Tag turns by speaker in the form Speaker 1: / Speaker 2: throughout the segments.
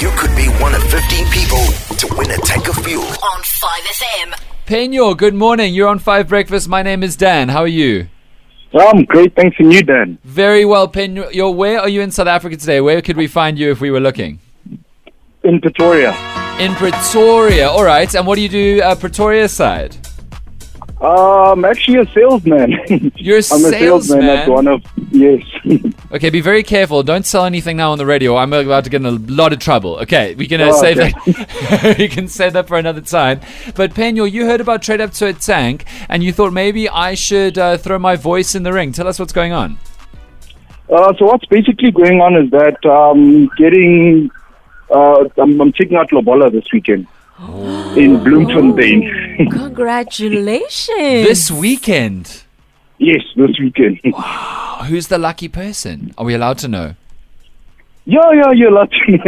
Speaker 1: You could be one of 15 people to win a tank of fuel.
Speaker 2: on 5FM.
Speaker 3: Penyor, good morning. You're on Five Breakfast. My name is Dan. How are you?
Speaker 4: I'm Um, great, thanks, and you, Dan.
Speaker 3: Very well, Penyor. Where are you in South Africa today? Where could we find you if we were looking?
Speaker 4: In Pretoria,
Speaker 3: In Pretoria. All right. And what do you do uh, Pretoria side?
Speaker 4: I'm Um, actually a salesman.
Speaker 3: You're a
Speaker 4: I'm a salesman at
Speaker 3: salesman?
Speaker 4: one of yes.
Speaker 3: Okay, be very careful. Don't sell anything now on the radio. I'm about to get in a lot of trouble. Okay, we can uh,
Speaker 4: Oh,
Speaker 3: save
Speaker 4: okay.
Speaker 3: that. we can save that for another time. But Penyor, you heard about Trade Up to a Tank, and you thought maybe I should uh, throw my voice in the ring. Tell us what's going on.
Speaker 4: uh, so what's basically going on is that um, getting uh, I'm, I'm taking out Lobola this weekend in
Speaker 3: Oh.
Speaker 4: Bloemfontein.
Speaker 2: Congratulations.
Speaker 3: This weekend,
Speaker 4: yes, this weekend.
Speaker 3: who's the lucky person? Are we allowed to know?
Speaker 4: yeah, yeah, you're laughing.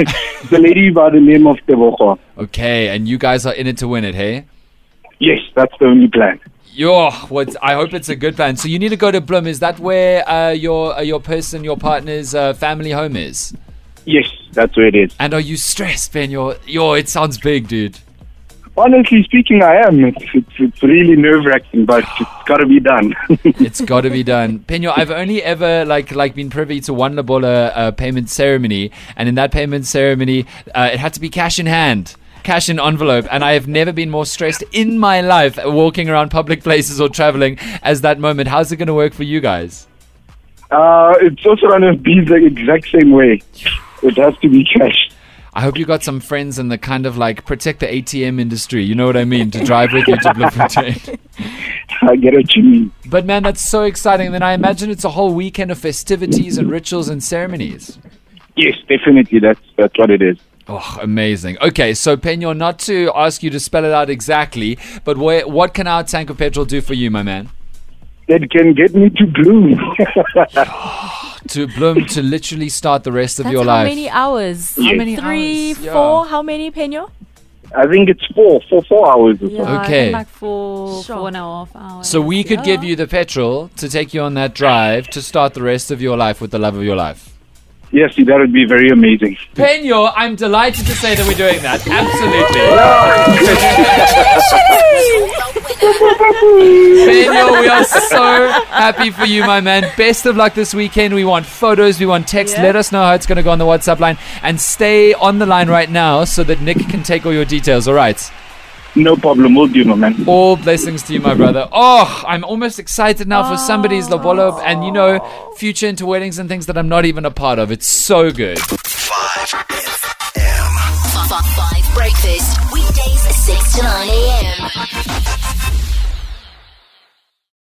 Speaker 4: the lady by the name of Tebogo.
Speaker 3: Okay, and you guys are in it to win it, hey?
Speaker 4: Yes, that's the only plan.
Speaker 3: Yo, what? I hope it's a good plan. So you need to go to Bloom. Is that where uh, your uh, your person, your partner's uh, family home is?
Speaker 4: Yes, that's where it is.
Speaker 3: And are you stressed, Ben? Yo, yo, it sounds big, dude.
Speaker 4: Honestly speaking, I am. It's, it's, it's really nerve wracking, but it's got to be done.
Speaker 3: It's got to be done, Penyo. I've only ever like like been privy to one Labola uh, payment ceremony, and in that payment ceremony, uh, it had to be cash in hand, cash in envelope, and I have never been more stressed in my life walking around public places or traveling as that moment. How's it going to work for you guys?
Speaker 4: Uh, it's also going to be the exact same way. It has to be cash.
Speaker 3: I hope you got some friends in the kind of like protect the ATM industry. You know what I mean? To drive with you to Bloemfontein.
Speaker 4: I get what you mean.
Speaker 3: But man, that's so exciting. And then I imagine it's a whole weekend of festivities and rituals and ceremonies.
Speaker 4: Yes, definitely. That's that's what it is.
Speaker 3: Oh, amazing. Okay, so Penyo, not to ask you to spell it out exactly, but where, what can our tank of petrol do for you, my man?
Speaker 4: That can get me to gloom.
Speaker 3: To bloom, to literally start the rest of
Speaker 2: That's
Speaker 3: your
Speaker 2: how
Speaker 3: life.
Speaker 2: many hours?
Speaker 4: How
Speaker 3: many
Speaker 2: Three,
Speaker 3: hours? Yeah.
Speaker 2: four, how many, Penyo?
Speaker 4: I think it's four, four, four hours or so.
Speaker 5: Yeah,
Speaker 3: Okay.
Speaker 5: okay. Like four,
Speaker 2: Sure.
Speaker 5: four and a half hours.
Speaker 3: so we could give
Speaker 5: Yeah.
Speaker 3: you the petrol to take you on that drive to start the rest of your life with the love of your life.
Speaker 4: Yes, that would be very amazing.
Speaker 3: Penyo, I'm delighted to say that we're doing that. Absolutely. Penyo, we are so happy for you, my man. Best of luck this weekend. We want photos, we want text. Let us know how it's going to go on the WhatsApp line. And stay on the line right now so that Nick can take all your details. All right.
Speaker 4: No problem. We'll do, my man.
Speaker 3: All blessings to you, my brother. Oh, I'm almost excited now for somebody's Lobolo and, you know, future into weddings and things that I'm not even a part of. It's so good.
Speaker 1: 5FM.
Speaker 2: 5 Breakfast, weekdays 6 to 9 a.m.